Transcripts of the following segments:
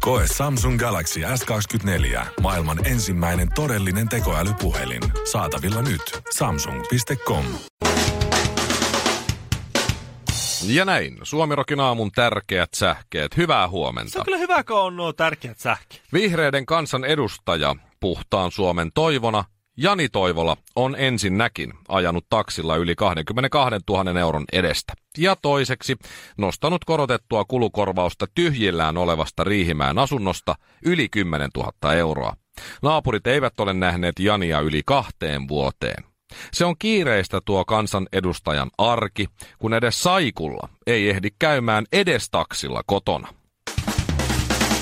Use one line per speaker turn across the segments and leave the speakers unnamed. Koe Samsung Galaxy S24. Maailman ensimmäinen todellinen tekoälypuhelin. Saatavilla nyt. Samsung.com.
Ja näin, Suomirokin aamun tärkeät sähkeet. Hyvää
Se on
huomenta.
kyllä hyvä, kun on nuo tärkeät sähkeet.
Vihreiden kansan edustaja, puhtaan Suomen toivona, Jani Toivola on ensinnäkin ajanut taksilla yli 22 000 euron edestä. Ja toiseksi nostanut korotettua kulukorvausta tyhjillään olevasta Riihimäen asunnosta yli 10 000 euroa. Naapurit eivät ole nähneet Jania yli kahteen vuoteen. Se on kiireistä tuo kansanedustajan arki, kun edes saikulla ei ehdi käymään edes taksilla kotona.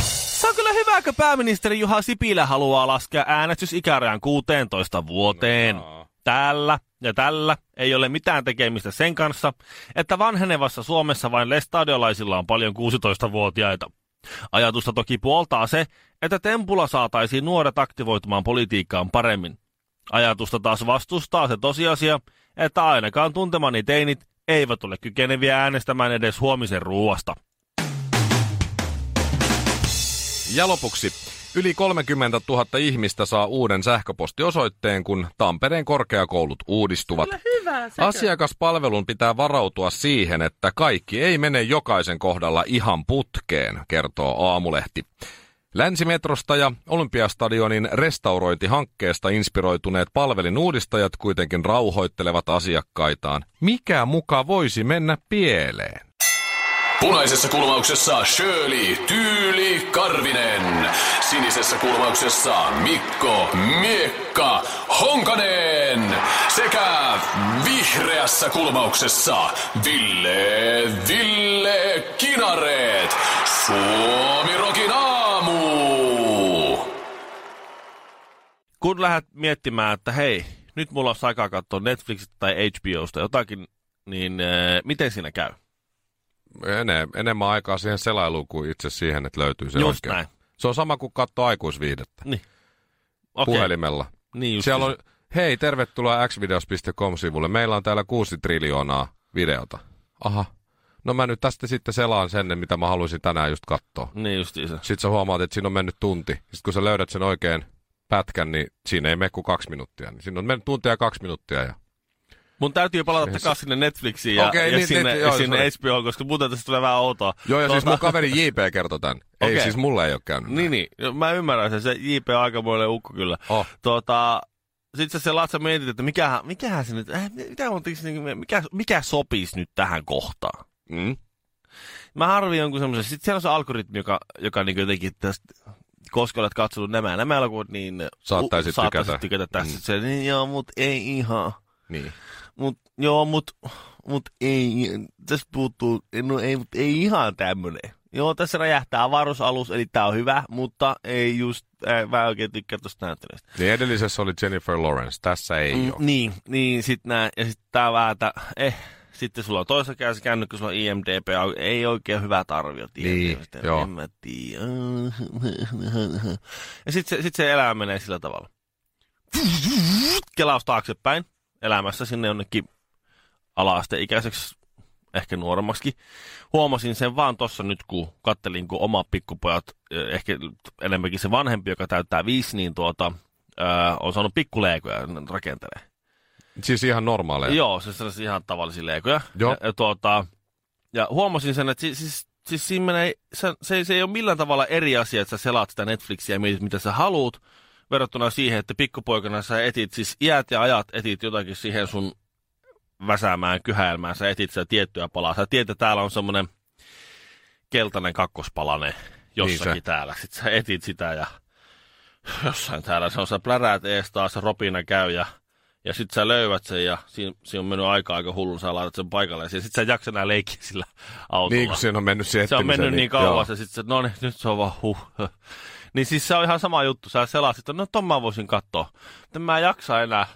Se on kyllä hyvä, kun pääministeri Juha Sipilä haluaa laskea äänestysikärajan 16 vuoteen. Tällä ja tällä ei ole mitään tekemistä sen kanssa, että vanhenevassa Suomessa vain lestadiolaisilla on paljon 16-vuotiaita. Ajatusta toki puoltaa se, että tempulla saataisiin nuoret aktivoitumaan politiikkaan paremmin. Ajatusta taas vastustaa se tosiasia, että ainakaan tuntemani teinit eivät ole kykeneviä äänestämään edes huomisen ruuasta.
Ja lopuksi. Yli 30 000 ihmistä saa uuden sähköpostiosoitteen, kun Tampereen korkeakoulut uudistuvat.
Hyvä, sekö?
Asiakaspalvelun pitää varautua siihen, että kaikki ei mene jokaisen kohdalla ihan putkeen, kertoo Aamulehti. Länsimetrosta ja Olympiastadionin restaurointihankkeesta inspiroituneet palvelinuudistajat kuitenkin rauhoittelevat asiakkaitaan. Mikä muka voisi mennä pieleen?
Punaisessa kulmauksessa Shirley Tyyli Karvinen. Sinisessä kulmauksessa Mikko Miekka Honkanen. Sekä vihreässä kulmauksessa Ville Ville Kinareet. Suomirokin aamu.
kun lähdet miettimään, että hei, nyt mulla on aikaa katsoa Netflixistä tai HBOsta jotakin, niin äh, miten siinä käy?
Ene, enemmän aikaa siihen selailuun kuin itse siihen, että löytyy se
Just
oikea.
näin.
Se on sama kuin katsoa aikuisviihdettä
Niin.
okay. puhelimella.
Niin just
Siellä
niin.
on, hei, tervetuloa xvideos.com-sivulle. Meillä on täällä kuusi triljoonaa videota. Aha. No mä nyt tästä sitten selaan sen, mitä mä haluaisin tänään just katsoa.
Niin justiin se.
Sitten sä huomaat, että siinä on mennyt tunti. Sitten kun sä löydät sen oikein pätkän, niin siinä ei mene kuin kaksi minuuttia. Niin siinä on mennyt tuntia ja kaksi minuuttia. Ja...
Mun täytyy palata
Yes.
takaisin sinne Netflixiin ja,
Okei,
ja
niin,
sinne,
niin,
ja
joo,
sinne
sorry.
HBO, koska muuten tästä tulee vähän outoa.
Joo, ja siis
Tuota,
mun kaveri JP kertoi tämän. Ei,
Okei.
siis mulle ei ole käynyt. näin.
Niin, niin. Joo, Mä ymmärrän sen. Se JP on aikamoinen ukko kyllä.
Oh.
Tuota, sit sä se Latsa mietit, että mikähän, mikähän se nyt, äh, mitä on, mikä, mikä sopisi nyt tähän kohtaan?
Mm.
mä arvioin jonkun semmoisen, sitten siellä on se algoritmi, joka, joka niin jotenkin tästä, koska olet katsonut nämä, nämä elokuvat, niin
Saattaisit tykätä.
saattaisit tykätä tästä.
Mm.
Mm. Se, niin joo, mut ei ihan.
niin.
Mut, joo, mut, mut ei, tässä puuttuu, no ei, mut ei ihan tämmönen. Joo, tässä räjähtää avaruusalus, eli tää on hyvä, mutta ei just, äh, mä en oikein tykkää tosta näyttelystä.
Niin edellisessä oli Jennifer Lawrence, tässä ei mm, ole.
niin, niin, sit nää, ja sit tää on vähän, tää, eh, sitten sulla on toisessa kädessä käännyt, kun sulla on IMDB, ei oikein hyvät arviot.
Niin,
IMDb:stä,
joo.
En mä tiedä. Ja sit se, sit se elämä menee sillä tavalla. Kelaus taaksepäin elämässä sinne jonnekin ala-asteikäiseksi, ehkä nuoremmaksi. Huomasin sen vaan tossa nyt, kun kattelin, kun omat pikkupojat, eh, ehkä enemmänkin se vanhempi, joka täyttää viisi, niin tuota, ö, on saanut pikkuleikoja rakentelee.
Siis ihan normaaleja.
Joo, siis sellaisia ihan tavallisia leikoja.
Joo.
Ja, ja, tuota, ja huomasin sen, että siis, siis, siis siinä menee, se, se, se ei ole millään tavalla eri asia, että sä selaat sitä Netflixiä ja mietit, mitä sä haluut, verrattuna siihen, että pikkupoikana sä etit, siis iät ja ajat etit jotakin siihen sun väsäämään, kyhäilmään, sä etit sitä tiettyä palaa. Sä tiedät, että täällä on semmoinen keltainen kakkospalanen jossakin
Niin se.
niin täällä. Sitten sä etit sitä ja jossain täällä se on, sä pläräät ees taas, se ropina käy ja, ja sit sä löydät sen ja siinä, siinä on mennyt aika aika hullun, sä laitat sen paikalle ja sit sä et jaksa enää leikkiä sillä autolla.
Niin kuin siinä on mennyt siihen
Se on mennyt niin kauas
Joo.
ja sitten no niin, nyt se on vaan huh. Niin siis se on ihan sama juttu. Sä selasit, että no ton mä voisin katsoa. Mutta mä en jaksa enää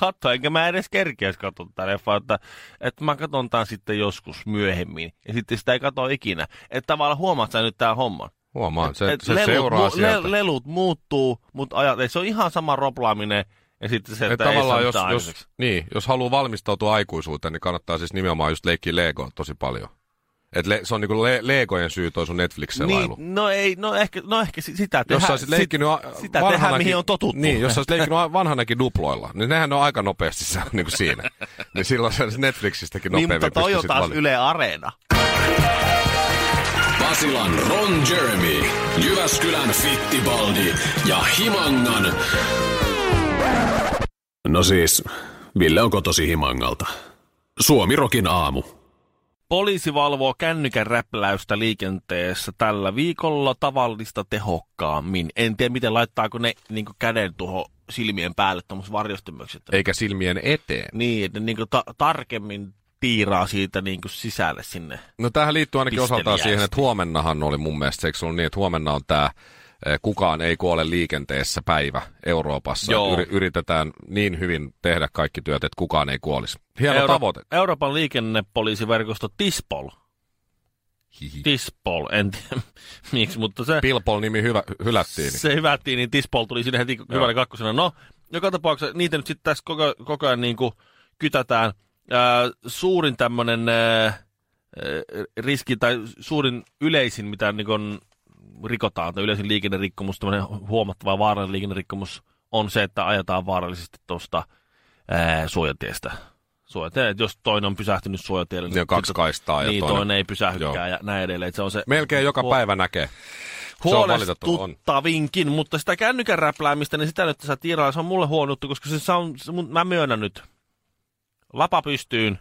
katsoa, enkä mä edes kerkeäisi katsoa tätä leffaa, että, että mä katson tämän sitten joskus myöhemmin. Ja sitten sitä ei katso ikinä. Että tavallaan huomaat sä nyt tämän homman.
Huomaan, se,
Et
se seuraa
mu-
sieltä.
Le, lelut muuttuu, mutta ajat, ei, se on ihan sama roplaaminen. Ja sitten se,
Et
että ei saa
tavallaan jos,
mitään
jos,
aikaiseksi.
niin, jos haluaa valmistautua aikuisuuteen, niin kannattaa siis nimenomaan just leikkiä Legoa tosi paljon. Et le, se on niinku le, Legojen syy toi sun Netflix-selailu.
Niin, no ei, no ehkä, no ehkä si- sitä tehdään.
jos sä olisit leikkinyt a-
sit, sitä tehdään,
vanhanakin-
mihin on totuttu.
Niin, jos sä olisit leikkinyt a- vanhanakin duploilla, niin nehän on aika nopeasti se, niin kuin siinä. niin silloin se olisi Netflixistäkin
niin,
nopeammin
mutta toi on
pystyisit
taas
valitsemaan.
Yle Areena.
Pasilan Ron Jeremy, Jyväskylän Fittibaldi ja Himangan... No siis, Ville onko tosi Himangalta? Suomirokin aamu.
Poliisi valvoo kännykän räpläystä liikenteessä tällä viikolla tavallista tehokkaammin. En tiedä, miten laittaako ne niin käden tuohon silmien päälle tuommoiset varjostimykset.
Eikä silmien eteen.
Niin, että ne niin ta- tarkemmin tiiraa siitä niin sisälle sinne.
No tähän liittyy ainakin
Pisteliästi.
osaltaan siihen, että huomennahan oli mun mielestä, eikö se ollut niin, että huomenna on tämä kukaan ei kuole liikenteessä päivä Euroopassa.
Joo.
Yri- Yritetään niin hyvin tehdä kaikki työt, että kukaan ei kuolisi. Hieno
Euro-
tavoite.
Euroopan liikennepoliisiverkosto TISPOL.
Hihi.
TISPOL, en tiedä miksi, mutta se...
Pilpol-nimi hyvä, hylättiin.
Se hyvättiin, niin Tispol tuli sinne heti hyvänä kakkosena. No, joka tapauksessa niitä nyt sitten tässä koko, koko ajan niin kuin kytätään. Ää, suurin tämmöinen ää, ää, riski tai suurin yleisin, mitä niin kun rikotaan, tai yleisin liikennerikkomus, tämmöinen huomattava vaarallinen liikennerikkomus, on se, että ajetaan vaarallisesti tuosta ää, suojatiestä. Suojatie, että jos toinen on pysähtynyt suojatielle,
Niin on kaksi
sitten-
kaistaa ja
niin, toinen,
toinen-
ei pysähdykään
Joo.
ja näin edelleen. Että Se on se
Melkein joka
huo-
päivä näkee. Se on valitettavaa. On.
huolestuttavinkin, mutta sitä kännykän räpläämistä, niin sitä nyt tässä tiiralla, se on mulle huono juttu, koska se, se on, se, mun- mä myönnän nyt, lapa pystyyn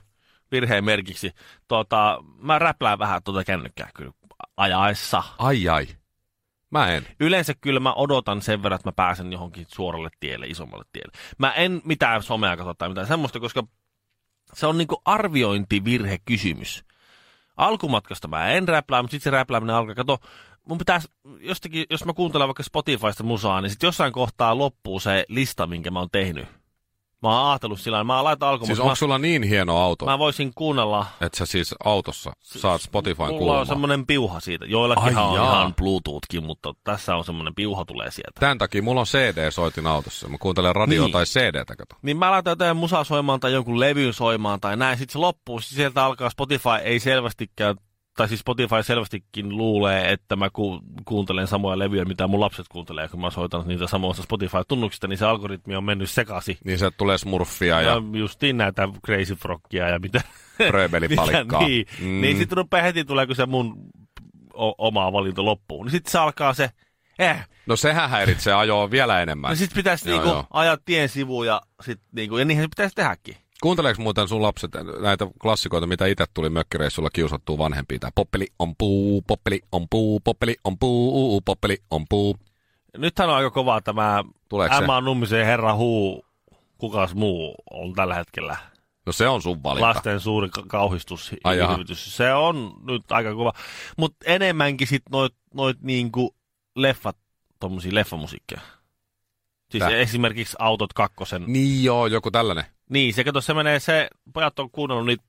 virheen merkiksi, tota, mä räplään vähän tuota kännykkää kyllä ajaessa.
Ai ai. Mä en.
Yleensä kyllä mä odotan sen verran, että mä pääsen johonkin suoralle tielle, isommalle tielle. Mä en mitään somea katso tai mitään semmoista, koska se on niinku arviointivirhekysymys. Alkumatkasta mä en räplää, mutta sitten se räplääminen alkaa. Kato, mun pitäisi jostakin, jos mä kuuntelen vaikka Spotifysta musaa, niin sitten jossain kohtaa loppuu se lista, minkä mä oon tehnyt. Mä oon ajatellut sillä lailla, mä laitan
Siis
alkumatkasta.
onko sulla niin hieno auto,
mä, mä voisin kuunnella
että sä siis autossa saat Spotifyn
Mulla on
kuulumaan?
semmoinen piuha siitä. Joillakin
Ai
on
jaa.
ihan Bluetoothkin, mutta tässä on semmoinen piuha tulee sieltä.
Tämän takia mulla on CD-soitin autossa. Mä kuuntelen radio
Niin.
tai CD-tä, kato.
Niin mä laitan jotain musaa soimaan tai jonkun levyn soimaan tai näin. Sitten se loppuu. Sitten sieltä alkaa Spotify ei selvästikään, tai siis Spotify selvästikin luulee, että mä ku- kuuntelen samoja levyjä, mitä mun lapset kuuntelee, kun mä soitan niitä samoista Spotify-tunnuksista, niin se algoritmi on mennyt sekaisin.
Niin se tulee smurfia ja
Ja justiin näitä Crazy Frogkia ja mitä.
rööbelipalikkaa.
Mitä, niin, mm. niin sitten rupeaa heti tulee, kun se mun o- oma valinta loppuu. Niin sitten se alkaa se, eh,
No sehän häiritsee ajoa vielä enemmän.
no sit pitäisi
Joo,
niinku
joo.
ajaa tien sivuun ja sit niinku, ja niinhän se pitäisi tehdäkin.
Kuunteleeko muuten sun lapset näitä klassikoita, mitä itse tuli mökkireissulla kiusattua vanhempia? Tää poppeli on puu, poppeli on puu, poppeli on puu, poppeli on puu.
Nythän on aika kovaa tämä
Tuleeko se?
Emma Nummisen herra huu, kukas muu on tällä hetkellä.
No se on sun valinta.
Lasten suuri ka- kauhistus,
Ai jaha.
hirvitys. Se on nyt aika kova. Mutta enemmänkin sit noit, noit niinku leffat, tommosia leffamusiikkeja. Siis
Tää.
esimerkiksi Autot kakkosen
Niin joo, joku tällainen.
Niin, se kato, se menee se, pojat on kuunnellut niitä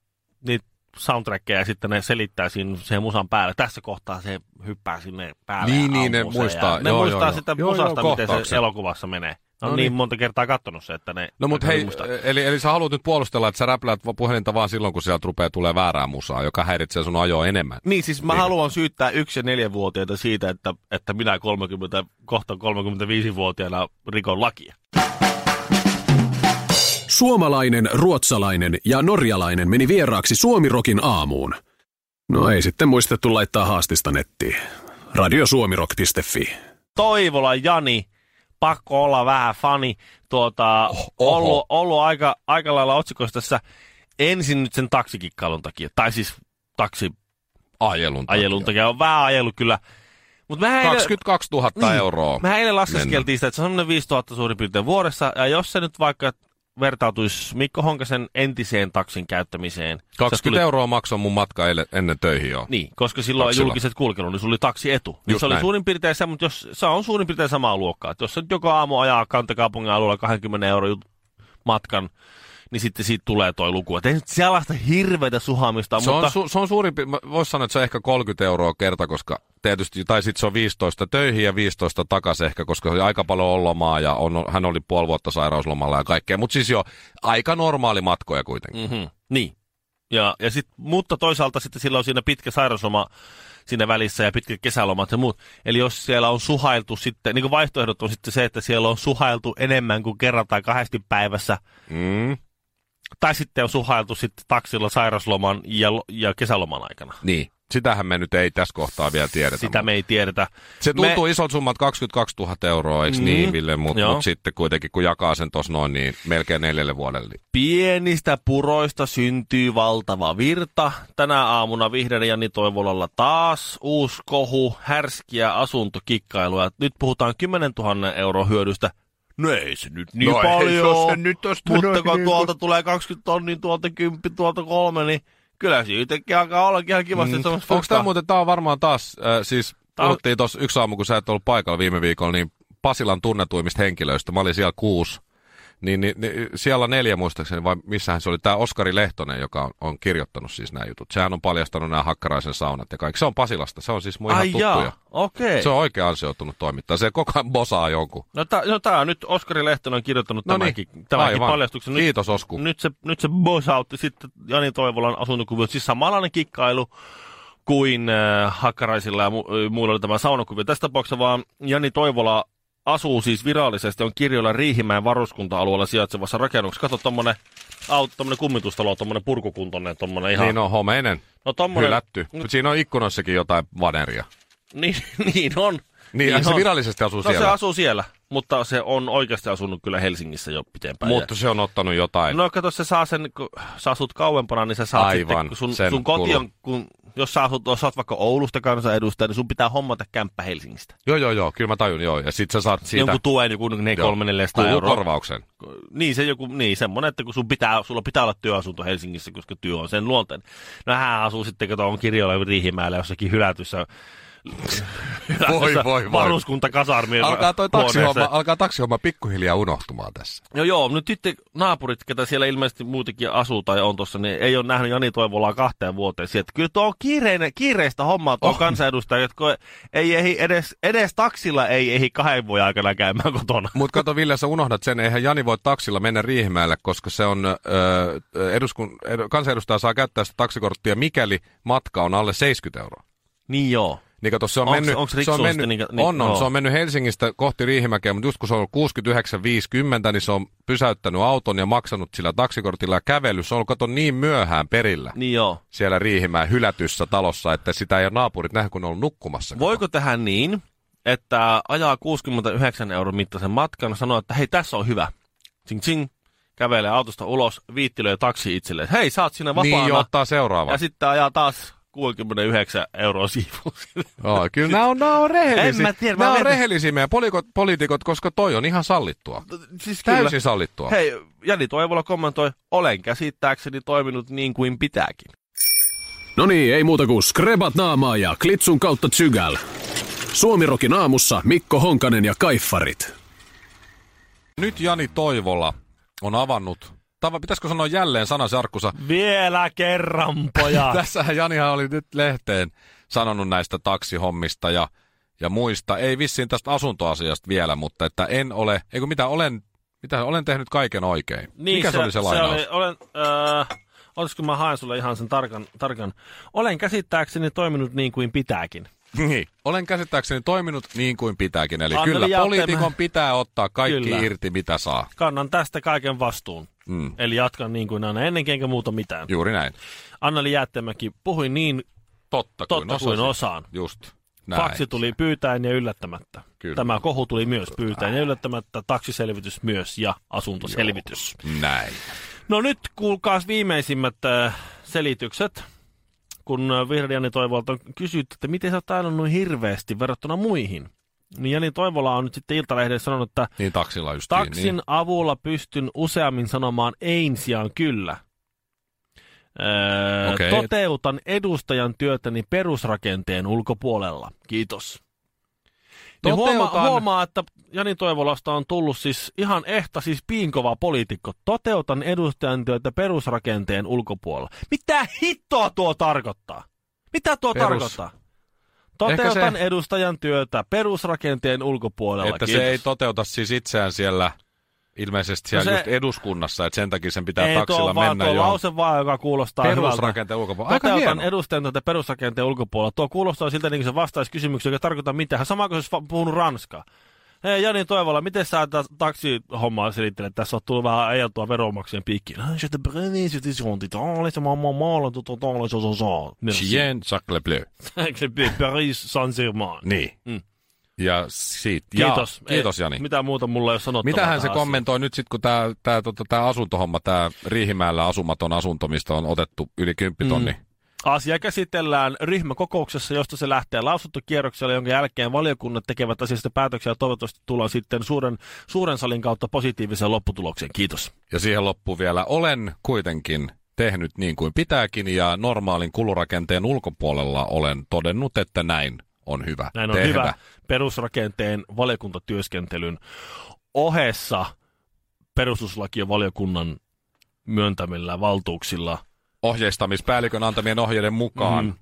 niit soundtrackeja ja sitten ne selittää siinä sen musan päälle. Tässä kohtaa se hyppää sinne päälle
Niin,
ja
niin, ne
ampuu sen
muistaa.
Ja ne
Joo,
muistaa
joo,
sitä
joo.
musasta,
Joo, joo,
miten se
kohtauksen.
elokuvassa menee. No,
No
on niin,
niin.
monta kertaa kattonut se, että ne...
No mut
ne
hei,
muistaa.
eli, eli sä haluat nyt puolustella, että sä räpläät va- puhelinta vaan silloin, kun sieltä rupeaa tulee väärää musaa, joka häiritsee sun ajoa enemmän.
Niin, siis mä haluan syyttää yksi- ja neljävuotiaita siitä, että, että minä 30, kohta 35-vuotiaana rikon lakia.
Suomalainen, ruotsalainen ja norjalainen meni vieraaksi Suomirokin aamuun. No ei sitten muistettu laittaa haastista nettiin. Radiosuomirok.fi
Toivola Jani, pakko olla vähän fani, tuota, oh,
oho.
ollut, ollut aika, aika lailla otsikoissa tässä ensin nyt sen taksikikkailun takia, tai siis taksiajelun
Ajelun takia.
takia, on vähän ajellut kyllä. Mut mä
22 000
Niin.
euroa.
Mä eilen laskeskeltiin sitä, että se on semmoinen 5000 suurin piirtein vuodessa, ja jos se nyt vaikka vertautuisi Mikko Honkasen entiseen taksin käyttämiseen. sä
20
tulit-
euroa maksoi mun matka eilen, ennen töihin joo.
Niin, koska silloin
Taksilla.
Taksilla. julkiset kulkenut, niin sulla oli taksietu. Niin
Just
se oli
näin.
suurin piirtein sama, mutta jos, se on suurin piirtein samaa luokkaa. Että jos sä nyt joka aamu ajaa kantakaupungin alueella 20 euroa jut- matkan, niin sitten siitä tulee toi luku. Et ei nyt sellaista hirveätä suhamista,
Se,
mutta...
on, su, se on suurin piir- voisi sanoa, että se on ehkä 30 euroa kerta, koska tietysti, tai sitten se on 15 töihin ja 15 takaisin ehkä, koska se oli aika paljon on lomaa ja on, hän oli puoli vuotta sairauslomalla ja kaikkea. Mutta siis jo aika normaali matkoja kuitenkin.
Mm-hmm. Niin. Ja, ja sit, mutta toisaalta sitten sillä on siinä pitkä sairausloma siinä välissä ja pitkä kesälomat ja muut. Eli jos siellä on suhailtu sitten, niin kuin vaihtoehdot on sitten se, että siellä on suhailtu enemmän kuin kerran tai kahdesti päivässä.
Mm.
Tai sitten on suhailtu sitten taksilla sairausloman ja, lo- ja kesäloman aikana.
Niin, sitähän me nyt ei tässä kohtaa vielä tiedetä.
Sitä me ei tiedetä.
Se tuntuu
Me,
me... isolta summalta, 22 000 euroa, eikö mm. niin Ville? Mutta
Joo.
mut sitten kuitenkin, kun jakaa sen tuossa noin, niin melkein neljälle vuodelle. niin
pienistä puroista syntyy valtava virta. Tänä aamuna vihreän Jani Toivolalla taas uusi kohu, härskiä asuntokikkailua. Nyt puhutaan 10 000 euroa hyödystä. No ei se nyt niin
No ei se
paljon,
se nyt tosta
mutta
noin
kun
niin
tuolta tulee 20 tonnia, tuolta 10, tuolta 3, niin kyllä siitäkin alkaa olla ihan kivasti. Mm.
Onko tämä Niin. muuten, tämä on varmaan taas, äh, siis
Tää on-
puhuttiin tuossa yksi aamu, kun sä et ollut paikalla viime viikolla, niin Pasilan tunnetuimmista henkilöistä, mä olin siellä kuusi, niin, niin, niin siellä neljä muistaakseni, vai missähän se oli, tämä Oskari Lehtonen, joka on, on kirjoittanut siis nämä jutut. Sehän on paljastanut nämä hakkaraisen saunat ja kaikki. Se on Pasilasta, se on siis mun ihan
Ai
tuttuja.
jaa, okei.
Se on oikein ansioitunut toimittaja, se koko ajan bosaa jonkun.
No, tää, no tää on nyt, Oskari Lehtonen on kirjoittanut
No
tämänkin,
niin,
tämänkin
aivan.
paljastuksen. Nyt,
Kiitos Osku.
Nyt se, nyt se bosautti sitten Jani Toivolan asuntokuvio. Siis samanlainen kikkailu kuin äh, Hakkaraisilla ja mu- äh, muilla oli tämä saunakuvio. Tässä tapauksessa vaan Jani Toivola asuu siis virallisesti, on kirjoilla Riihimäen varuskunta-alueella sijaitsevassa rakennuksessa. Kato tommonen, auto, tommonen kummitustalo, tommonen purkukuntoinen, tommonen ihan...
Ihan. Niin on homeinen,
no tommonen,
hylätty. Mut Siinä on ikkunassakin jotain vaneria.
Niin, niin on.
Niin, niin se
on.
virallisesti asuu
No
siellä.
se asuu siellä, mutta se on oikeasti asunut kyllä Helsingissä jo pitempään.
Mutta se on ottanut jotain.
No kato, se saa sen, kun sä asut kauempana, niin sä saat
Aivan,
sitten, kun sun,
sen
sun koti
kuuluu.
on, kun, jos sä asut, jos sä oot vaikka Oulusta kansanedustaja, niin sun pitää hommata kämppä Helsingistä.
Joo, joo, joo, kyllä mä tajun, joo. Ja sit sä saat siitä...
Siitä. Jonkun tuen, joku
Joo.
3 400
Kuuluu
euroa.
korvauksen.
Niin, se joku, niin semmonen, että kun sun pitää, sulla pitää olla työasunto Helsingissä, koska työ on sen luonteen. No hän asuu sitten, kato, on kirjoilla Riihimäellä jossakin hylätyssä,
voi,
hylätyssä
voi.
varuskuntakasarmien
Alkaa toi
huoneessa.
taksihomma, alkaa taksihomma pikkuhiljaa unohtumaan tässä.
No joo, nyt sitten naapurit, ketä siellä ilmeisesti muutenkin asuu tai on tuossa, niin ei ole nähnyt Jani Toivolaa kahteen vuoteen. Sieltä kyllä tuo on kiireinen, kiireistä hommaa tuo oh. kansanedustaja, jotka ei ehdi edes, edes taksilla ei ehdi kahden vuoden aikana käymään kotona.
Mutta kato Ville, sä unohdat sen, eihän Jani voi taksilla mennä Riihimäelle, koska se on, öö, eduskun, edu, kansanedustaja saa käyttää sitä taksikorttia, mikäli matka on alle 70 euroa.
Niin joo.
Niin kato, se on
Onks-
mennyt,
onks
se on
riksuun
mennyt,
sitten niinkä-
on,
niin-
on,
joo.
se on mennyt Helsingistä kohti Riihimäkeä, mutta just kun se on ollut 69,50, niin se on pysäyttänyt auton ja maksanut sillä taksikortilla ja kävely. Se on ollut kato niin myöhään perillä.
Niin joo.
siellä Riihimäen hylätyssä talossa, että sitä ei ole naapurit nähnyt, kun ne on ollut nukkumassa.
Voiko tehdä niin, että ajaa 69 euron mittaisen matkan ja sanoo, että hei tässä on hyvä. Tsing tsing. Kävelee autosta ulos, viittilöi taksi itselleen. Hei, sä oot siinä vapaana.
Niin, jo, ottaa seuraava.
ja sitten ajaa taas 69 euroa siivuun.
Joo, kyllä nämä on, nämä on
En
rehellisiä.
mä tiedä,
nämä
mä
on
mietin-
rehellisiä meidän polikot, poliitikot, koska toi on ihan sallittua.
Siis
Täysin sallittua.
Hei, Jani Toivola kommentoi, olen käsittääkseni toiminut niin kuin pitääkin.
No niin, ei muuta kuin skrebat naamaa ja klitsun kautta tsygäl. Suomirokin aamussa Mikko Honkanen ja Kaiffarit.
Nyt Jani Toivola on avannut, tai vai pitäisikö sanoa jälleen sanasarkkusa,
Vielä kerran, pojat.
Tässähän Janihan oli nyt lehteen sanonut näistä taksihommista ja, ja muista. Ei vissiin tästä asuntoasiasta vielä, mutta että en ole, eikö mitä olen, mitä olen tehnyt kaiken oikein. Mikä Niin, se, oli se lainaus?
Niin, Se oli, olen, äh, olisiko mä haen sulle ihan sen tarkan, tarkan. Olen käsittääkseni toiminut niin kuin pitääkin.
Niin. Olen käsittääkseni toiminut niin kuin pitääkin. Eli
Anneli
kyllä,
Jautemäen-
poliitikon pitää ottaa kaikki
Kyllä.
irti, mitä saa.
Kannan tästä kaiken vastuun.
Mm.
Eli jatkan niin kuin aina, ennenkin enkä muuta mitään.
Juuri näin.
Anneli Jäättämäki puhui niin
Totta,
totta
kuin,
kuin
osasin.
osaan.
Just näin.
Faksi tuli pyytäen ja yllättämättä.
Kyllä.
Tämä kohu tuli myös pyytäen ja yllättämättä, taksiselvitys myös ja asuntoselvitys. Joo.
Näin.
No nyt kuulkaas viimeisimmät äh, selitykset, kun äh, Vihreän Jani Toivolta on kysytty, että miten sä oot ajanut noin hirveästi verrattuna muihin. Niin Jani Toivola on nyt sitten Iltalehdessä sanonut, että
Niin taksilla just
taksin
niin.
avulla pystyn useammin sanomaan ein sijaan kyllä. Öö,
Okei.
Toteutan edustajan työtäni perusrakenteen ulkopuolella. Kiitos. Niin huoma,
Toteutan-
huomaa, että Jani Toivolasta on tullut siis ihan ehta, siis piinkova poliitikko. Toteutan edustajantyötä perusrakenteen ulkopuolella. Mitä hittoa tuo tarkoittaa? Mitä tuo
Perus-
tarkoittaa? Toteutan
se-
edustajan työtä perusrakenteen ulkopuolella.
Että
Kiitos.
se ei toteuta siis itseään siellä ilmeisesti siellä
No
no
se-
just eduskunnassa, että sen takia sen pitää
ei tuo
taksilla
on vaan
mennä
tuo
jo
lause vaan, joka kuulostaa hyvältä.
perusrakenteen ulkopuolella. Aika
Toteutan
hieno.
edustajan tätä perusrakenteen ulkopuolella. Tuo kuulostaa siltä, niin kuin se vastaisi kysymykseen, joka tarkoittaa mitään. Sama kuin se olisi va- puhunut ranskaa. Hei Jani Toivola, miten sä ta- taksihommaa selittelet? Tässä on tullut vähän ajeltua veronmaksajien piikkiin. Ah, Je te prenais, je te sentis taalis, ja mä oon maalla, tuota taalis, osa saa. Merci.
Chien Jacques Bleu.
Paris Saint-Germain.
Niin.
Mm.
Ja siitä.
Kiitos.
Ja, kiitos
Ei,
Jani.
Mitä muuta mulla ei ole sanottavaa
Mitähän se
tähän asiaan.
kommentoi nyt sitten, kun tämä tää, tota, tää asuntohomma, tämä Riihimäellä asumaton asunto, mistä on otettu yli 10 tonni. Mm.
Asia käsitellään ryhmäkokouksessa, josta se lähtee lausuntokierrokselle, jonka jälkeen valiokunnat tekevät asiasta päätöksiä ja toivottavasti tullaan sitten suuren, suuren salin kautta positiiviseen lopputulokseen. Kiitos.
Ja siihen loppu vielä, olen kuitenkin tehnyt niin kuin pitääkin ja normaalin kulurakenteen ulkopuolella olen todennut, että näin on hyvä
Näin on
tehdä.
hyvä perusrakenteen valiokuntatyöskentelyn ohessa perustuslakien valiokunnan myöntämillä valtuuksilla.
Ohjeistamispäällikön antamien ohjeiden mukaan
Mm.
mm.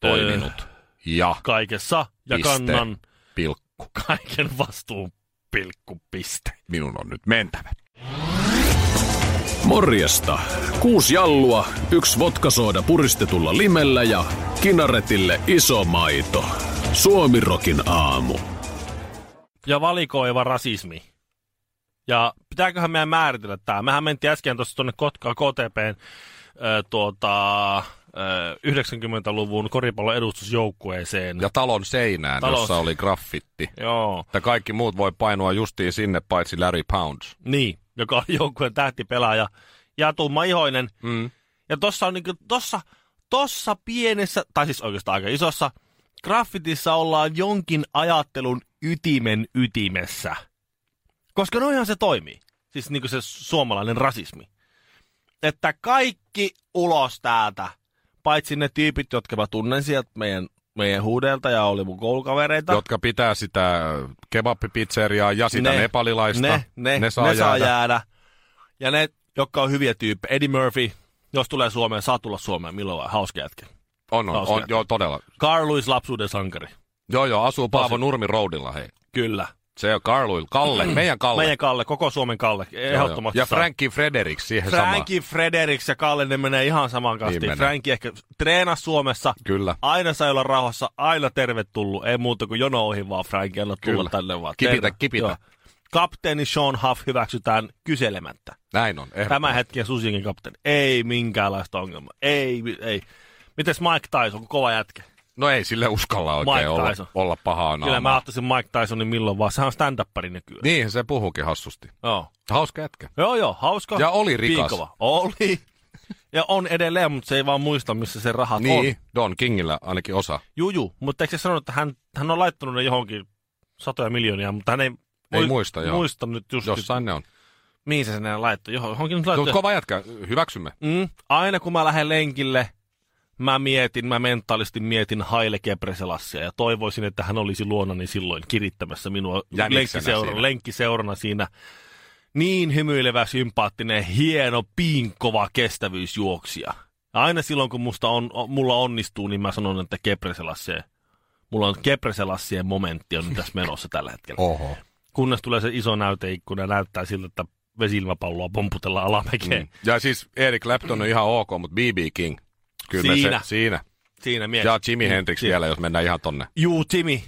toiminut. Ja
Kaikessa ja
Piste.
kannan
pilkku,
kaiken vastuun pilkku piste.
minun on nyt mentävä.
Morjesta. Kuusi jallua, yksi vodkasooda puristetulla limellä ja kinaretille iso maito. Suomirokin aamu.
ja valikoiva rasismi. Ja pitääköhän meidän määritellä tämä? Mehän mentiin äsken tuossa tuonne Kotkaan KTPn ö, tuota, ö, 90-luvun koripallon edustusjoukkueeseen.
Ja talon seinään,
Talon
talon. jossa oli graffitti.
Joo,
Että kaikki muut voi painua justiin sinne, paitsi Larry Pounds.
niin, joka on joukkueen tähtipelaaja ja tumma ihoinen.
Mm.
Ja tossa on niinku, tossa, tossa pienessä, tai siis oikeastaan aika isossa, graffitissa ollaan jonkin ajattelun ytimen ytimessä. Koska noihan se toimii. Siis niinku se suomalainen rasismi. Että kaikki ulos täältä, paitsi ne tyypit, jotka mä tunnen sieltä meidän, meidän huudelta ja oli mun koulukavereita.
Jotka pitää sitä kebabpizzeriaa ja sitä ne, nepalilaista.
Ne, ne, ne, saa, ne jäädä. saa jäädä. Ja ne, jotka on hyviä tyyppejä. Eddie Murphy, jos tulee Suomeen, saa tulla Suomeen milloin vaan, hauska jätkä.
On, on,
Hauska
on, joo, todella.
Karluis lapsuuden sankari.
Joo, joo, asuu Paavo Nurmi Roadilla, hei.
Kyllä.
Se on Karluil, Kalle, meidän Kalle.
Mm. Meidän Kalle, koko Suomen Kalle,
Joo, joo.
ehdottomasti.
Ja
saa.
Frankie Fredericks siihen
Frankie Frederiks ja Kalle, ne menee ihan saman
Niin
kastiin. Niin
menee.
Frankie ehkä treenasi Suomessa,
sama. Kyllä.
aina sai olla rauhassa, aina tervetullut. Ei muuta kuin jono ohi vaan Frankie, anna tulla
Kyllä.
tänne vaan.
Kipitä,
Terve.
kipitä.
Joo. Kapteeni Sean Huff hyväksytään kyselemättä.
Näin on. Eh,
Tämän hetken Susienkin kapteeni. Ei minkäänlaista ongelmaa. Ei, mi- ei. Mites Mike Tyson, kova jätkä?
No ei sille uskalla
Mike
oikein olla,
Tyson.
olla pahaa
Kyllä mä
naamaa.
ottaisin Mike Tysonin milloin vaan. Sehän on stand-uppari nykyään.
Niinhän se puhukin hassusti.
Joo.
Hauska jätkä.
Joo, joo, hauska.
Ja oli rikas.
Piikova. Oli. Ja on edelleen, mutta se ei vaan muista, missä se rahat
Niin,
on.
Don Kingillä ainakin osa.
Juju, mutta eikö se sanonut, että hän, hän on laittanut ne johonkin satoja miljoonia, mutta hän ei,
Ei muista, joo.
muista nyt just,
Jossain ne on.
mihin se sen laittoi. Johon- Johonkin nyt
Mutta
laittoi.
kova jätkä, hyväksymme.
Mm, aina kun mä lähden lenkille, mä mietin, mä mentaalisti mietin Haile Gebrselassia ja toivoisin, että hän olisi luonani silloin kirittämässä minua
Jäniksenä
lenkkiseurana,
siinä.
lenkkiseurana siinä. Niin hymyilevä, sympaattinen, hieno, piinkova kestävyysjuoksija. Aina silloin, kun musta on, o- mulla onnistuu, niin mä sanon, että Gebrselassia. Mulla on Gebrselassia momentti on nyt tässä menossa tällä hetkellä
Oho.
kunnes tulee se iso näyteikkuna ja näyttää siltä, että vesilmäpalloa pomputellaan alamäkeen.
Mm. Ja siis Eric Clapton on ihan ok, mutta BB King. Kyllä
Siinä.
Me se, siinä.
Siinä mies.
Ja Jimi Hendrix
Siinä.
vielä, jos mennään ihan tonne.
Juu, Timi.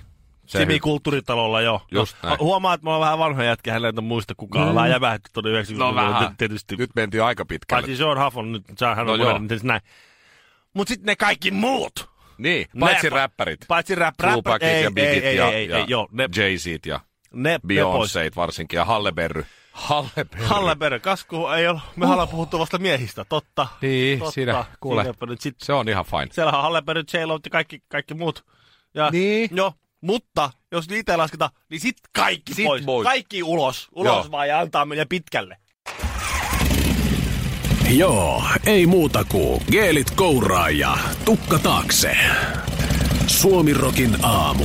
Se
Timi
hy-
kulttuuritalolla, joo.
Just näin.
huomaa, että mä oon vähän vanha jätkä, hänellä en muista kukaan. Mm. Vähän jämähti tuonne 90-luvulle
No vähän.
nyt tietysti.
Nyt mentiin aika pitkälle.
Paitsi Sean Huff on nyt, sehän on
No
no
joo.
miten se näin. Mut sitten ne kaikki muut.
Niin, paitsi
Ne-
räppärit.
Paitsi rap, rap,
Tupacit
ei,
ja
ei,
Bigit
ei,
ja,
ei,
ja
ei, joo, ne,
Jay-Zit ja
ne, ne pois.
Beyonceit varsinkin ja Halle Berry. Halle Berry.
Halle Berry, kasku ei ole. Me uh. ollaan puhuttu vasta miehistä, totta.
Niin,
totta.
siinä, kuule.
Siinäpä nyt sit
Se on ihan fine.
Siellähän on Halleberg, j ja kaikki, kaikki muut. Ja,
Niin.
Joo, mutta jos niitä ei lasketa, niin sit kaikki
Sit
pois.
pois.
Kaikki ulos. Ulos
Joo.
vaan ja antaa mennä pitkälle.
Joo, ei muuta kuin geelit kouraa ja tukka taakse. Suomirokin aamu.